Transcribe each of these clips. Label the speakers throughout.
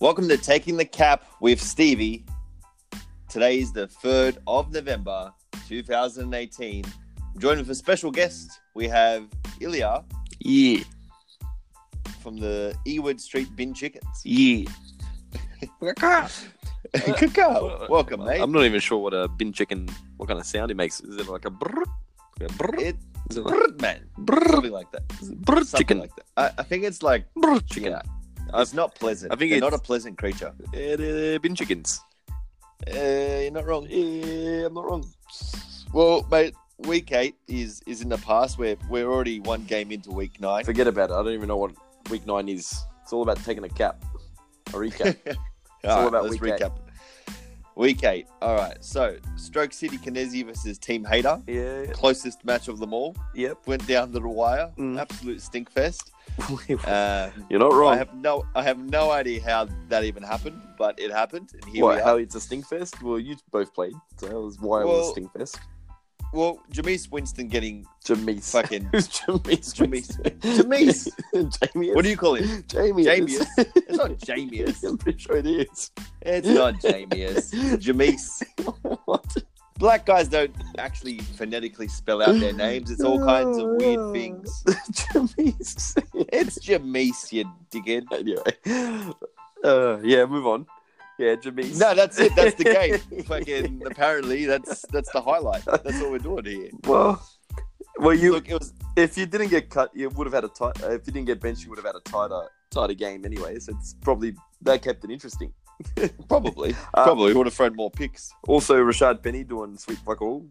Speaker 1: Welcome to Taking the Cap with Stevie. Today is the 3rd of November 2018. I'm joined with a special guest. We have Ilya
Speaker 2: Yeah,
Speaker 1: from the Ewood Street Bin Chickens.
Speaker 2: yeah.
Speaker 1: Good girl. Welcome, mate.
Speaker 2: I'm not even sure what a bin chicken, what kind of sound it makes. Is it like a brr? Like a brr?
Speaker 1: It,
Speaker 2: Is it like
Speaker 1: brrrt, man.
Speaker 2: brr?
Speaker 1: Something like that.
Speaker 2: Brr
Speaker 1: Something
Speaker 2: chicken.
Speaker 1: like that. I, I think it's like,
Speaker 2: brr chicken.
Speaker 1: yeah. It's not pleasant. I
Speaker 2: I
Speaker 1: think
Speaker 2: think
Speaker 1: They're
Speaker 2: it's-
Speaker 1: not a pleasant creature.
Speaker 2: Uh, bin chickens.
Speaker 1: Uh, you're not wrong.
Speaker 2: Yeah, I'm not wrong.
Speaker 1: Well, mate, week eight is is in the past. We're we're already one game into week nine.
Speaker 2: Forget about it. I don't even know what week nine is. It's all about taking a cap. A recap.
Speaker 1: All
Speaker 2: all about
Speaker 1: let's
Speaker 2: week eight.
Speaker 1: recap. Week eight. All right. So, Stroke City Kinesi versus Team Hater.
Speaker 2: yeah.
Speaker 1: Closest match of them all.
Speaker 2: Yep.
Speaker 1: Went down to the wire.
Speaker 2: Mm.
Speaker 1: Absolute stinkfest. Um,
Speaker 2: You're not
Speaker 1: I
Speaker 2: wrong.
Speaker 1: have no I have no idea how that even happened, but it happened, and here
Speaker 2: What?
Speaker 1: we are.
Speaker 2: How it's a stink fest? Well, you both played, so that was why it was
Speaker 1: Well-
Speaker 2: a stink fest.
Speaker 1: Well, Jameis Winston getting
Speaker 2: Jameis.
Speaker 1: fucking.
Speaker 2: Who's Jameis?
Speaker 1: Jameis.
Speaker 2: Jameis. Jameis.
Speaker 1: what do you call him?
Speaker 2: Jamie.
Speaker 1: Jamius. It's not Jamius.
Speaker 2: I'm pretty sure it is.
Speaker 1: It's not Jamius. Jameis.
Speaker 2: what?
Speaker 1: Black guys don't actually phonetically spell out their names. It's all kinds of weird things.
Speaker 2: Jameis.
Speaker 1: It's Jameis, you dickhead.
Speaker 2: anyway. Uh, yeah, move on. Yeah, Jameis.
Speaker 1: No, that's it. That's the game. Fucking. Apparently, that's that's the highlight. That's what we're doing here.
Speaker 2: Well, well, you
Speaker 1: Look, it was
Speaker 2: if you didn't get cut, you would have had a tight. If you didn't get benched, you would have had a tighter tighter game anyway. So it's probably that kept it interesting.
Speaker 1: probably
Speaker 2: Uh,
Speaker 1: probably would have thrown more picks.
Speaker 2: Also, Rashad Penny doing sweet fuck all.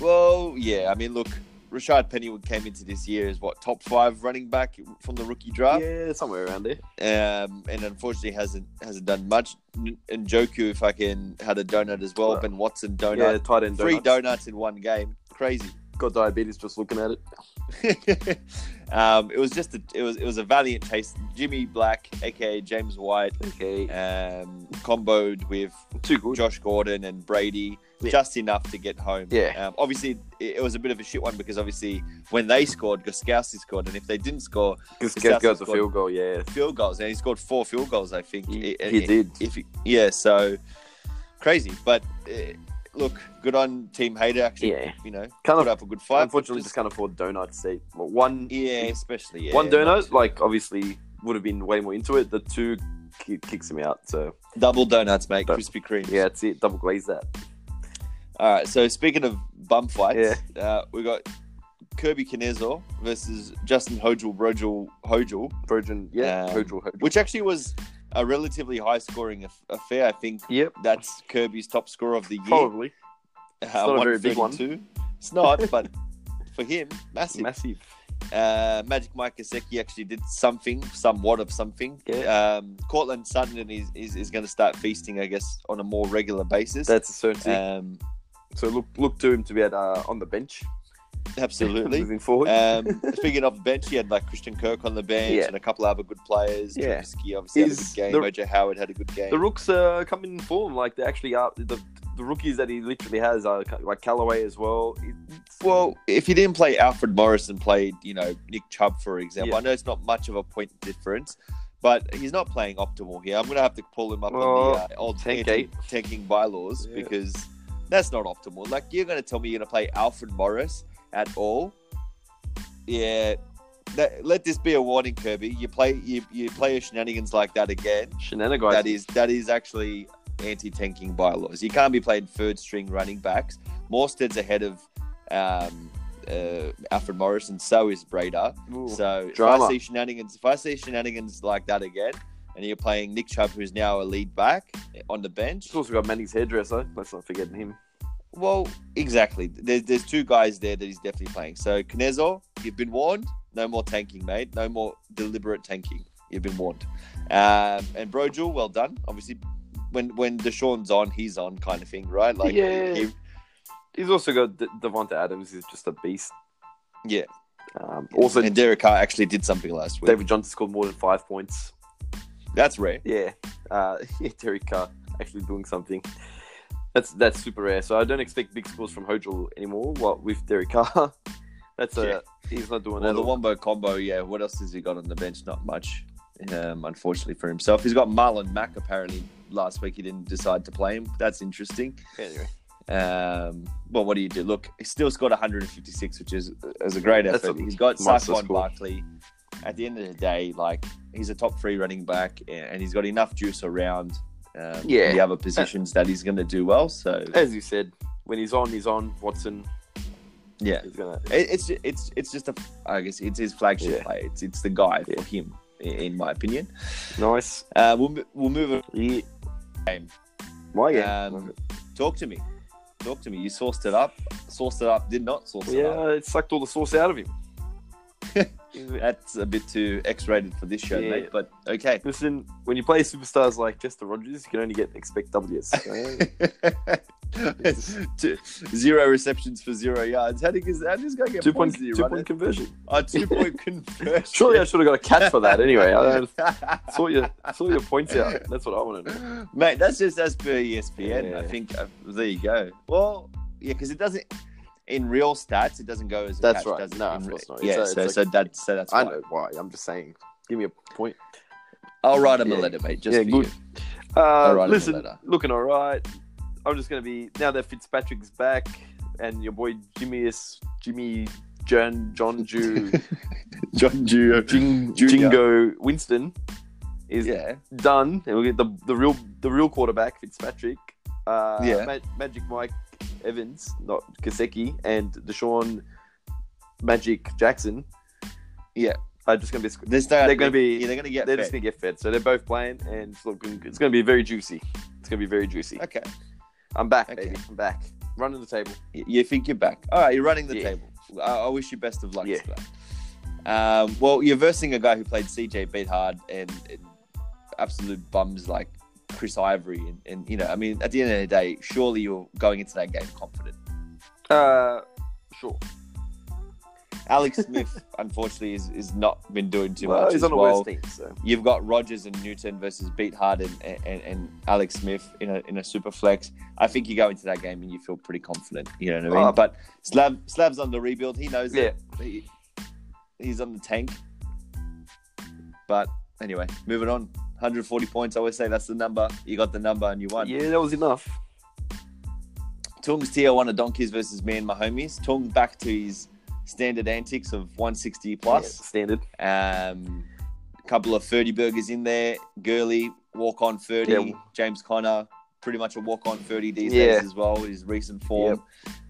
Speaker 1: Well, yeah. I mean, look, Rashad Pennywood came into this year as what top five running back from the rookie draft,
Speaker 2: yeah, somewhere around there.
Speaker 1: um, and unfortunately hasn't hasn't done much. N- And Joku fucking had a donut as well.
Speaker 2: Well,
Speaker 1: ben Watson
Speaker 2: yeah,
Speaker 1: donut,
Speaker 2: tight end.
Speaker 1: three
Speaker 2: donuts.
Speaker 1: donuts in one game. Crazy.
Speaker 2: Got diabetes just looking at it.
Speaker 1: um, it was just a, it was it was a valiant chase. Jimmy Black, aka James White,
Speaker 2: Okay,
Speaker 1: um, comboed with
Speaker 2: too good.
Speaker 1: Josh Gordon and Brady
Speaker 2: Yeah.
Speaker 1: just enough to get home.
Speaker 2: Yeah.
Speaker 1: Um, obviously, it, it was a bit of a shit one because obviously when they scored, Goskowski scored, and if they didn't score
Speaker 2: Because
Speaker 1: Because
Speaker 2: Gav got
Speaker 1: that's
Speaker 2: the
Speaker 1: what-
Speaker 2: field goal, yeah.
Speaker 1: field goals, and he scored four field goals, I think.
Speaker 2: He,
Speaker 1: I-
Speaker 2: he
Speaker 1: I-
Speaker 2: did.
Speaker 1: If he- yeah, so crazy, but uh, look, good on Team Hater actually.
Speaker 2: Yeah.
Speaker 1: You know,
Speaker 2: Kind
Speaker 1: put
Speaker 2: of,
Speaker 1: up a good fight.
Speaker 2: unfortunately, just
Speaker 1: Just-
Speaker 2: can't afford donuts. See, Well, one
Speaker 1: yeah, especially yeah,
Speaker 2: one
Speaker 1: not-
Speaker 2: donut, like obviously would have been way more into it. The two ki- kicks him out. So
Speaker 1: double donuts, mate.
Speaker 2: Don't-
Speaker 1: Krispy Kreme.
Speaker 2: yeah, that's it. Double glaze that.
Speaker 1: All right. So speaking of bum fights, uh, we got Kirby Kinezor versus Justin Hojul Brojul Hojul,
Speaker 2: Virgin, yeah.
Speaker 1: Um,
Speaker 2: Hodgel, Hodgel.
Speaker 1: which actually was a relatively high scoring aff- affair. I think
Speaker 2: Yep.
Speaker 1: that's Kirby's top score of the year.
Speaker 2: Probably
Speaker 1: it's
Speaker 2: not a very big one.
Speaker 1: It's not, but for him, massive.
Speaker 2: massive.
Speaker 1: Uh, Magic Mike Gesicki actually did something, somewhat of something.
Speaker 2: Yeah.
Speaker 1: Um, Cortland Sutton is, is, is going to start feasting, I guess, on a more regular basis.
Speaker 2: That's a certainty.
Speaker 1: um,
Speaker 2: so look, look to him to be at uh, on the bench.
Speaker 1: absolutely.
Speaker 2: moving forward.
Speaker 1: Um, speaking of the bench, he had like Christian Kirk on the bench
Speaker 2: Yeah.
Speaker 1: and a couple other good players.
Speaker 2: Yeah.
Speaker 1: Trubisky obviously had a
Speaker 2: He's-
Speaker 1: good game.
Speaker 2: the-
Speaker 1: Roger Howard had a good game.
Speaker 2: the rooks are coming in form. Like they actually are. The, the rookies that he literally has are ca- like Callaway as well. It's-
Speaker 1: well, if he didn't play Alfred Morris and played, you know, Nick Chubb, for example,
Speaker 2: Yeah.
Speaker 1: I know it's not much of a point difference, but he's not playing optimal here. I'm going to have to pull him up on
Speaker 2: Well,
Speaker 1: the uh, old
Speaker 2: tank
Speaker 1: anti-
Speaker 2: eight.
Speaker 1: tanking bylaws
Speaker 2: Yeah.
Speaker 1: because that's not optimal. Like, you're going to tell me you're going to play Alfred Morris at all? Yeah. That, let this be a warning, Kirby. You play you, you play your shenanigans like that again.
Speaker 2: Shenanigans.
Speaker 1: that is that is actually anti-tanking bylaws. You can't be playing third string running backs. Morstead's ahead of um, uh, Alfred Morris, and so is Breda.
Speaker 2: Ooh.
Speaker 1: So if
Speaker 2: drama.
Speaker 1: I see shenanigans, if I see shenanigans like that again, and you're playing Nick Chubb, who's now a lead back on the bench,
Speaker 2: He's also got Manny's hairdresser. Let's not forget him.
Speaker 1: well, exactly. There's there's two guys there that he's definitely playing. So Knezor, you've been warned. No more tanking, mate. No more deliberate tanking. You've been warned. Um, and Brojul, well done. Obviously, when when Deshaun's on, he's on, kind of thing, right? Like,
Speaker 2: Yeah.
Speaker 1: he-
Speaker 2: He's also got D- Devonta Adams. He's just a beast.
Speaker 1: yeah.
Speaker 2: Um, also,
Speaker 1: and Derek Carr actually did something last week.
Speaker 2: David Johnson scored more than five points.
Speaker 1: That's rare.
Speaker 2: Yeah, uh, yeah, Derek Carr actually doing something. That's that's super rare. So I don't expect big scores from Hodgel anymore. What with Derek Carr, that's a
Speaker 1: Yeah.
Speaker 2: he's not
Speaker 1: Well,
Speaker 2: doing that.
Speaker 1: the
Speaker 2: at all.
Speaker 1: Wombo combo, yeah. What else has he got on the bench? Not much. um, unfortunately for himself. He's got Marlon Mack. Apparently, last week he didn't decide to play him. That's interesting.
Speaker 2: Anyway,
Speaker 1: Um, well, what do you do? Look, he still scored 156, which is is a great
Speaker 2: That's
Speaker 1: effort.
Speaker 2: a
Speaker 1: he's got
Speaker 2: monster
Speaker 1: Saquon
Speaker 2: score.
Speaker 1: Barkley. At the end of the day, like he's a top three running back, a- and he's got enough juice around um,
Speaker 2: Yeah.
Speaker 1: the other positions that he's going to do well. So
Speaker 2: as you said, when he's on, he's on. Watson,
Speaker 1: yeah,
Speaker 2: he's gonna.
Speaker 1: it, it's ju- it's it's just a I guess it's his flagship
Speaker 2: Yeah.
Speaker 1: play. It's it's the guy
Speaker 2: Yeah.
Speaker 1: for him, i- in my opinion.
Speaker 2: Nice.
Speaker 1: Uh, we'll mo- we'll move on.
Speaker 2: Yeah.
Speaker 1: Game.
Speaker 2: My game.
Speaker 1: Um, talk to me, talk to me. You sourced it up, sourced it up. Did not source it up.
Speaker 2: yeah, it sucked all the sauce out of him.
Speaker 1: That's a bit too X-rated for this show,
Speaker 2: Yeah.
Speaker 1: mate. But okay.
Speaker 2: Listen, when you play superstars like Chester Rogers, you can only get expect W's. Uh, okay?
Speaker 1: Two- zero receptions for zero yards. How did this, how did this guy get
Speaker 2: two
Speaker 1: points? Did
Speaker 2: point,
Speaker 1: he
Speaker 2: two
Speaker 1: run
Speaker 2: point
Speaker 1: it?
Speaker 2: conversion.
Speaker 1: Oh, two point conversion.
Speaker 2: Surely I should have got a catch for that. Anyway, I
Speaker 1: I
Speaker 2: saw your saw your points out. That's what I want to know.
Speaker 1: mate, that's just as per E ESPN. I
Speaker 2: Yeah.
Speaker 1: think uh, there you go. Well, yeah, because it doesn't in real stats. It doesn't go as a
Speaker 2: That's
Speaker 1: catch,
Speaker 2: right.
Speaker 1: does it?
Speaker 2: No,
Speaker 1: In
Speaker 2: of
Speaker 1: re-
Speaker 2: course not.
Speaker 1: Yeah,
Speaker 2: It's a-
Speaker 1: so
Speaker 2: it's
Speaker 1: so
Speaker 2: a-
Speaker 1: that's so that's.
Speaker 2: I
Speaker 1: fine.
Speaker 2: know why. I'm just saying. Give me a point.
Speaker 1: I'll write him a
Speaker 2: Yeah.
Speaker 1: letter, mate. Just
Speaker 2: Yeah,
Speaker 1: for
Speaker 2: good.
Speaker 1: you.
Speaker 2: Uh,
Speaker 1: right, I'm a
Speaker 2: listen,
Speaker 1: letter.
Speaker 2: looking all right. I'm just going to be now that Fitzpatrick's back and your boy Jimmy is Jimmy John John Jew
Speaker 1: John Jew.
Speaker 2: Jing,
Speaker 1: Junior.
Speaker 2: Jingo Winston is
Speaker 1: Yeah.
Speaker 2: done, and we get the the real the real quarterback Fitzpatrick. Uh,
Speaker 1: Yeah.
Speaker 2: Ma- Magic Mike Evans, not Kaseki, and Deshaun Magic Jackson.
Speaker 1: Yeah.
Speaker 2: are just going to be.
Speaker 1: This they're,
Speaker 2: They're gonna be-
Speaker 1: yeah, they're gonna get
Speaker 2: They're
Speaker 1: fed.
Speaker 2: just going to get fed, so they're both playing, and it's looking. It's going to be very juicy. It's going to be very juicy.
Speaker 1: Okay.
Speaker 2: I'm back,
Speaker 1: Okay.
Speaker 2: baby. I'm back. Running the table.
Speaker 1: Y- You think you're back. All right, you're running the
Speaker 2: Yeah.
Speaker 1: table. I, I wish you best of luck
Speaker 2: Yeah.
Speaker 1: for that. Um, well, you're versing a guy who played CJ beat hard and, and absolute bums like Chris Ivory. And, and, you know, I mean, at the end of the day, surely you're going into that game confident.
Speaker 2: Uh, sure.
Speaker 1: Alex Smith, unfortunately, is, is not been doing too
Speaker 2: well,
Speaker 1: much.
Speaker 2: he's
Speaker 1: as
Speaker 2: on the
Speaker 1: well.
Speaker 2: worst team, so
Speaker 1: You've got Rogers and Newton versus Beat Hard and, and, and Alex Smith in a, in a super flex. I think you go into that game and you feel pretty confident. You know what I mean?
Speaker 2: Oh.
Speaker 1: but Slav Slav's on the rebuild. He knows
Speaker 2: yeah.
Speaker 1: it. He, he's on the tank. But anyway, moving on. 140 points. I always say that's the number. You got the number and you won.
Speaker 2: Yeah, that was enough.
Speaker 1: Tung's Tijuana Donkeys versus me and my homies. Tung back to his standard antics of 160 plus.
Speaker 2: Yeah, standard.
Speaker 1: Um, a couple of 30 burgers in there. Gurley, walk on 30.
Speaker 2: Yeah.
Speaker 1: James Conner, pretty much a walk on 30 these
Speaker 2: Yeah.
Speaker 1: days as well, his recent form.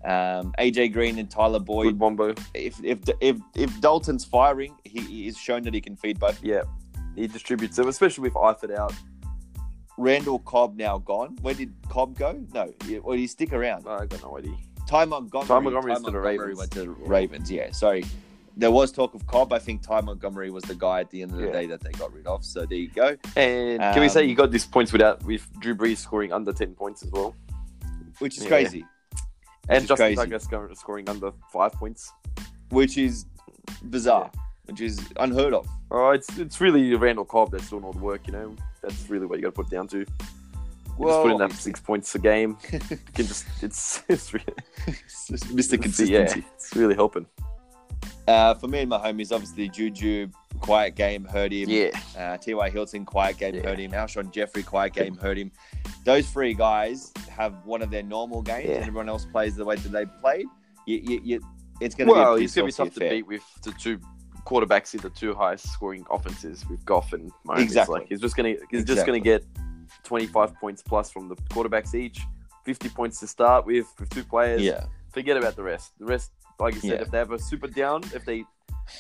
Speaker 1: Um, AJ Green and Tyler
Speaker 2: Good
Speaker 1: Boyd.
Speaker 2: bombo.
Speaker 1: If, if, if, if Dalton's firing, he, he is shown that he can feed both.
Speaker 2: Yeah, he distributes them, especially with Eifert out.
Speaker 1: Randall Cobb now gone. Where did Cobb go? No, yeah, well, he stick around.
Speaker 2: I got no idea.
Speaker 1: Ty Montgomery.
Speaker 2: Uh, Ty Montgory's to the Ravens.
Speaker 1: went to the Ravens. Yeah, sorry. There was talk of Cobb. I think Ty Montgomery was the guy at the end of the
Speaker 2: Yeah.
Speaker 1: day that they got rid of. So there you go.
Speaker 2: And can we say
Speaker 1: Um,
Speaker 2: you got these points without with Drew Brees scoring under ten points as well,
Speaker 1: Which is
Speaker 2: Yeah.
Speaker 1: crazy.
Speaker 2: and
Speaker 1: is
Speaker 2: Justin
Speaker 1: crazy.
Speaker 2: Tucker scoring, scoring under five points?
Speaker 1: which is bizarre, which is unheard of.
Speaker 2: Oh, it's it's really Randall Cobb that's doing all the work, you know. That's really what you got to put down to. You just put in up six points a game. you can just it's it's really
Speaker 1: Mr. Consistency.
Speaker 2: Yeah, it's really helping.
Speaker 1: Uh, for me and my homies, obviously Juju, quiet game hurt him. Uh, T.Y. Hilton, quiet game
Speaker 2: Yeah.
Speaker 1: hurt him. Alshon Jeffrey, quiet game hurt him. Those three guys have one of their normal games,
Speaker 2: Yeah.
Speaker 1: and everyone else plays the way that they played. You, you, you, it's going to
Speaker 2: Well,
Speaker 1: be a
Speaker 2: it's gonna be
Speaker 1: piss
Speaker 2: tough to beat with the two quarterbacks in the two highest scoring offenses with Goff and Mahomes.
Speaker 1: Exactly.
Speaker 2: Like he's just gonna he's just
Speaker 1: Exactly.
Speaker 2: gonna get twenty five points plus from the quarterbacks each, fifty points to start with with two players.
Speaker 1: Yeah,
Speaker 2: Forget about the rest. The rest, like you said,
Speaker 1: Yeah.
Speaker 2: if they have a super down, if they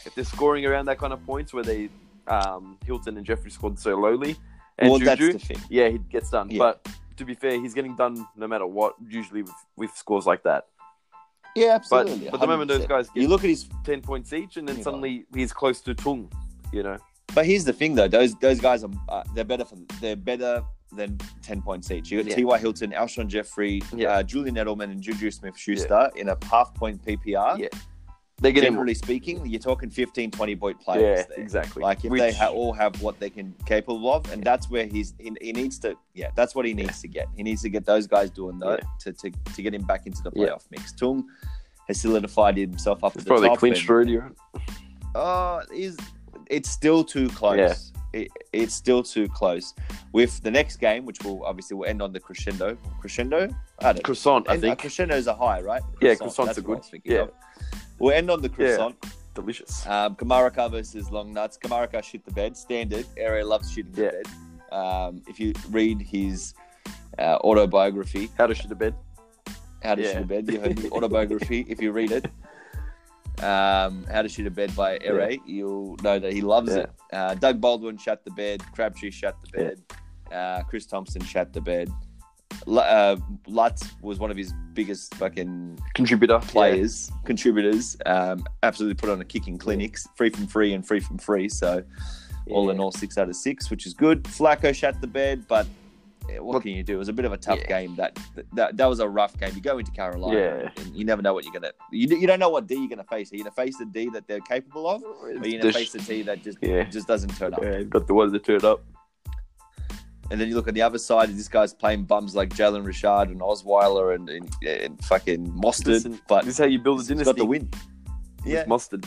Speaker 2: if they're scoring around that kind of points where they um, Hilton and Jeffrey scored so lowly and
Speaker 1: well,
Speaker 2: Juju,
Speaker 1: that's the thing.
Speaker 2: yeah, he gets done.
Speaker 1: Yeah.
Speaker 2: But to be fair, he's getting done no matter what. Usually with, with scores like that.
Speaker 1: Yeah,
Speaker 2: But
Speaker 1: absolutely.
Speaker 2: but the moment those
Speaker 1: 100%.
Speaker 2: guys get
Speaker 1: you look at his
Speaker 2: 10 points each, and then
Speaker 1: Yeah.
Speaker 2: suddenly he's close to Tung, you know?
Speaker 1: But here's the thing, though. Those those guys are uh, they're better for they're better than ten points each. You got
Speaker 2: Yeah.
Speaker 1: T.Y. Hilton, Alshon Jeffrey,
Speaker 2: Yeah.
Speaker 1: uh, Julian Edelman, and Juju Smith-Schuster in a half point PPR.
Speaker 2: Yeah. They're getting.
Speaker 1: Generally speaking, you're talking 15, 20 point
Speaker 2: yeah,
Speaker 1: players. there.
Speaker 2: exactly.
Speaker 1: Like if
Speaker 2: Which-
Speaker 1: they ha- all have what they can capable of, and that's where he's he, he needs to. Yeah, that's what he needs to get. He needs to get those guys doing that to, to to get him back into the
Speaker 2: Yeah.
Speaker 1: playoff mix. Tung has solidified himself up
Speaker 2: it's
Speaker 1: at the
Speaker 2: probably
Speaker 1: top.
Speaker 2: clinched
Speaker 1: and-
Speaker 2: already. right?
Speaker 1: Oh, is it's still too close. it, it's still too close. With the next game, which will obviously will end on the crescendo. Crescendo? I don't
Speaker 2: Croissant, I
Speaker 1: and, uh,
Speaker 2: think.
Speaker 1: crescendos are high, right?
Speaker 2: Yeah, croissants
Speaker 1: that's
Speaker 2: are
Speaker 1: what
Speaker 2: good.
Speaker 1: I was thinking
Speaker 2: Yeah.
Speaker 1: of. We'll end on the croissant.
Speaker 2: Delicious.
Speaker 1: Um, Kamaraka versus Long Nuts. Kamaraka shit the bed, standard. Area loves shitting
Speaker 2: Yeah.
Speaker 1: the bed. Um, if you read his uh, autobiography,
Speaker 2: How to shit a bed.
Speaker 1: How to
Speaker 2: Yeah.
Speaker 1: Shoot a Bed, you heard the autobiography, if you read it, um, How to Shoot a Bed by Ere, you'll know that he loves
Speaker 2: Yeah.
Speaker 1: it. Uh, Doug Baldwin shut the bed, Crabtree shut the bed, uh, Chris Thompson shut the bed. L- uh, Lutz was one of his biggest fucking
Speaker 2: Contributor.
Speaker 1: players, contributors, um, absolutely put on a kicking clinics, free from free and free from free. So all in all, six out of six, which is good. Flacco shut the bed, but eh, what
Speaker 2: Look-
Speaker 1: can you do? It was a bit of a tough
Speaker 2: Yeah.
Speaker 1: game. That, that that was a rough game. You go into Carolina, and you never know what you're gonna. You, you don't know what D you're gonna face. Are you gonna face the D that they're capable of, or are you gonna
Speaker 2: Just-
Speaker 1: face a D that just
Speaker 2: Yeah.
Speaker 1: just doesn't turn up?
Speaker 2: Yeah, got the one that turned up.
Speaker 1: And then you look on the other side, and this guy's playing bums like Jalen Richard and Osweiler and, and, and fucking Mostert,
Speaker 2: Listen,
Speaker 1: but
Speaker 2: This is how you build a
Speaker 1: he's
Speaker 2: dynasty.
Speaker 1: got the win.
Speaker 2: with
Speaker 1: Yeah,
Speaker 2: mustard.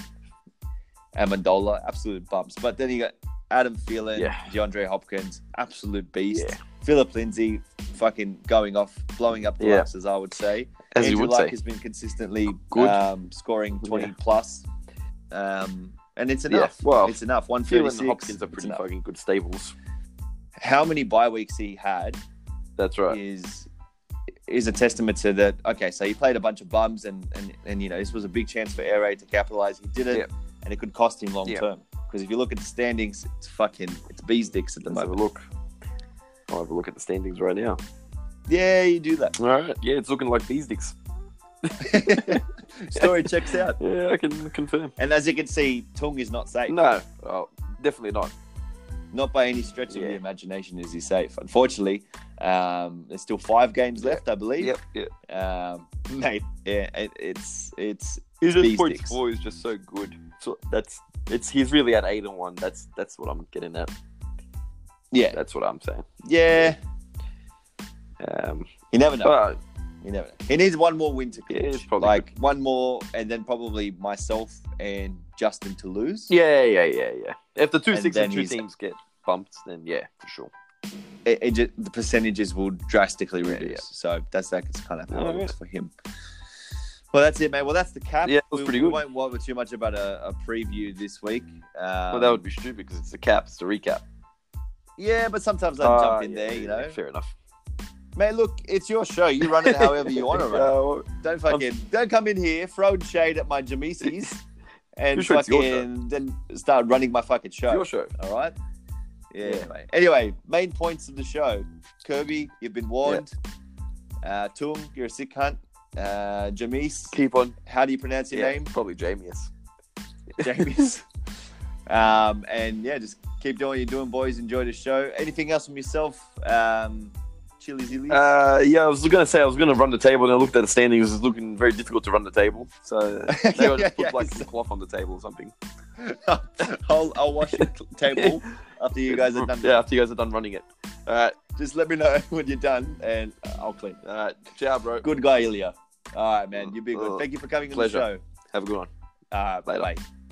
Speaker 1: Amendola, absolute bumps. But then you got Adam Phelan,
Speaker 2: Yeah.
Speaker 1: DeAndre Hopkins, absolute beast.
Speaker 2: Yeah.
Speaker 1: Philip Lindsay, fucking going off, blowing up the
Speaker 2: Yeah.
Speaker 1: laps, as I would say.
Speaker 2: As
Speaker 1: Andrew
Speaker 2: you would
Speaker 1: Luck
Speaker 2: say.
Speaker 1: has been consistently
Speaker 2: Good.
Speaker 1: Um, scoring 20
Speaker 2: Yeah.
Speaker 1: plus. Um, and it's enough.
Speaker 2: Yeah, well,
Speaker 1: it's enough.
Speaker 2: Phil
Speaker 1: 136.
Speaker 2: and Hopkins are
Speaker 1: it's
Speaker 2: pretty
Speaker 1: enough.
Speaker 2: fucking good stables.
Speaker 1: How many bye weeks he had
Speaker 2: That's right.
Speaker 1: is is a testament to that. Okay, so he played a bunch of bums, and and, and you know this was a big chance for Air Raid to capitalize. He did it,
Speaker 2: Yep.
Speaker 1: and it could cost him long
Speaker 2: Yep.
Speaker 1: term. Because if you look at the standings, it's fucking it's bees dicks at the
Speaker 2: Let's have a
Speaker 1: moment.
Speaker 2: look. I'll have a look at the standings right now.
Speaker 1: Yeah, you do that.
Speaker 2: All right. Yeah, it's looking like these dicks.
Speaker 1: Story checks out,
Speaker 2: Yeah, I can confirm.
Speaker 1: and as you can see, Tung is not safe.
Speaker 2: No, oh, definitely not.
Speaker 1: Not by any stretch of
Speaker 2: Yeah.
Speaker 1: the imagination is he safe. Unfortunately, um, there's still five games
Speaker 2: Yeah.
Speaker 1: left, I believe.
Speaker 2: Yep, yeah.
Speaker 1: Um, mate, yeah, it, it's it's
Speaker 2: His
Speaker 1: These
Speaker 2: point
Speaker 1: dicks.
Speaker 2: four is just so good. So that's it's he's really at eight and one. That's that's what I'm getting at.
Speaker 1: yeah
Speaker 2: That's what I'm saying.
Speaker 1: yeah.
Speaker 2: Um,
Speaker 1: You never know.
Speaker 2: but
Speaker 1: You never know. He needs one more win to
Speaker 2: Yeah,
Speaker 1: clinch.
Speaker 2: it's probably
Speaker 1: like one more, and then probably myself and Justin to lose.
Speaker 2: yeah, yeah, yeah, yeah. If the two
Speaker 1: And
Speaker 2: six and
Speaker 1: then
Speaker 2: two
Speaker 1: he's-
Speaker 2: teams get bumped, then yeah, for sure.
Speaker 1: It, it ju- the percentages will drastically reduce.
Speaker 2: Yeah.
Speaker 1: So that's that's kind of how it
Speaker 2: Alright.
Speaker 1: works for him. Well, that's it, man. Well, that's the cap.
Speaker 2: Yeah, it was
Speaker 1: we,
Speaker 2: pretty
Speaker 1: we
Speaker 2: good.
Speaker 1: won't worry too much about a, a preview this week. Um,
Speaker 2: well, that would be stupid because it's a cap. It's a recap.
Speaker 1: yeah, but sometimes I
Speaker 2: Ah,
Speaker 1: jump in
Speaker 2: yeah,
Speaker 1: there,
Speaker 2: yeah,
Speaker 1: you
Speaker 2: yeah,
Speaker 1: know.
Speaker 2: Fair enough.
Speaker 1: Man, look, it's your show. You run it however you want to run. it.
Speaker 2: Uh,
Speaker 1: Don't fucking don't come in here throwing shade at my Jameses and
Speaker 2: Your show, it's your show.
Speaker 1: fucking then start running my fucking show.
Speaker 2: it's your show.
Speaker 1: All right. Yeah.
Speaker 2: Yeah.
Speaker 1: mate. Anyway, main points of the show: Kirby, you've been warned. Uh, Tung, you're a sick cunt. Uh, Jamis,
Speaker 2: Keep on.
Speaker 1: how do you pronounce your
Speaker 2: yeah,
Speaker 1: name?
Speaker 2: probably Jamies.
Speaker 1: Jamis. um, and yeah, just keep doing what you're doing, boys. Enjoy the show. Anything else from yourself? Um, Chili Zillies.
Speaker 2: Uh, yeah, I was gonna say I was gonna run the table, and I looked at the standings. It's looking very difficult to run the table, so maybe I'll
Speaker 1: Yeah,
Speaker 2: just put
Speaker 1: yeah,
Speaker 2: like
Speaker 1: yeah.
Speaker 2: some cloth on the table or something. Uh,
Speaker 1: I'll, I'll wash the table after you guys are done.
Speaker 2: Yeah, after you guys are done running it. All right,
Speaker 1: Just let me know when you're done, and I'll clean.
Speaker 2: all right. Ciao, bro.
Speaker 1: Good guy, Ilya. All right, man. You've been good. Thank you for coming on the
Speaker 2: Uh, Pleasure.
Speaker 1: show.
Speaker 2: Have a good one.
Speaker 1: Uh,
Speaker 2: Later.
Speaker 1: bye.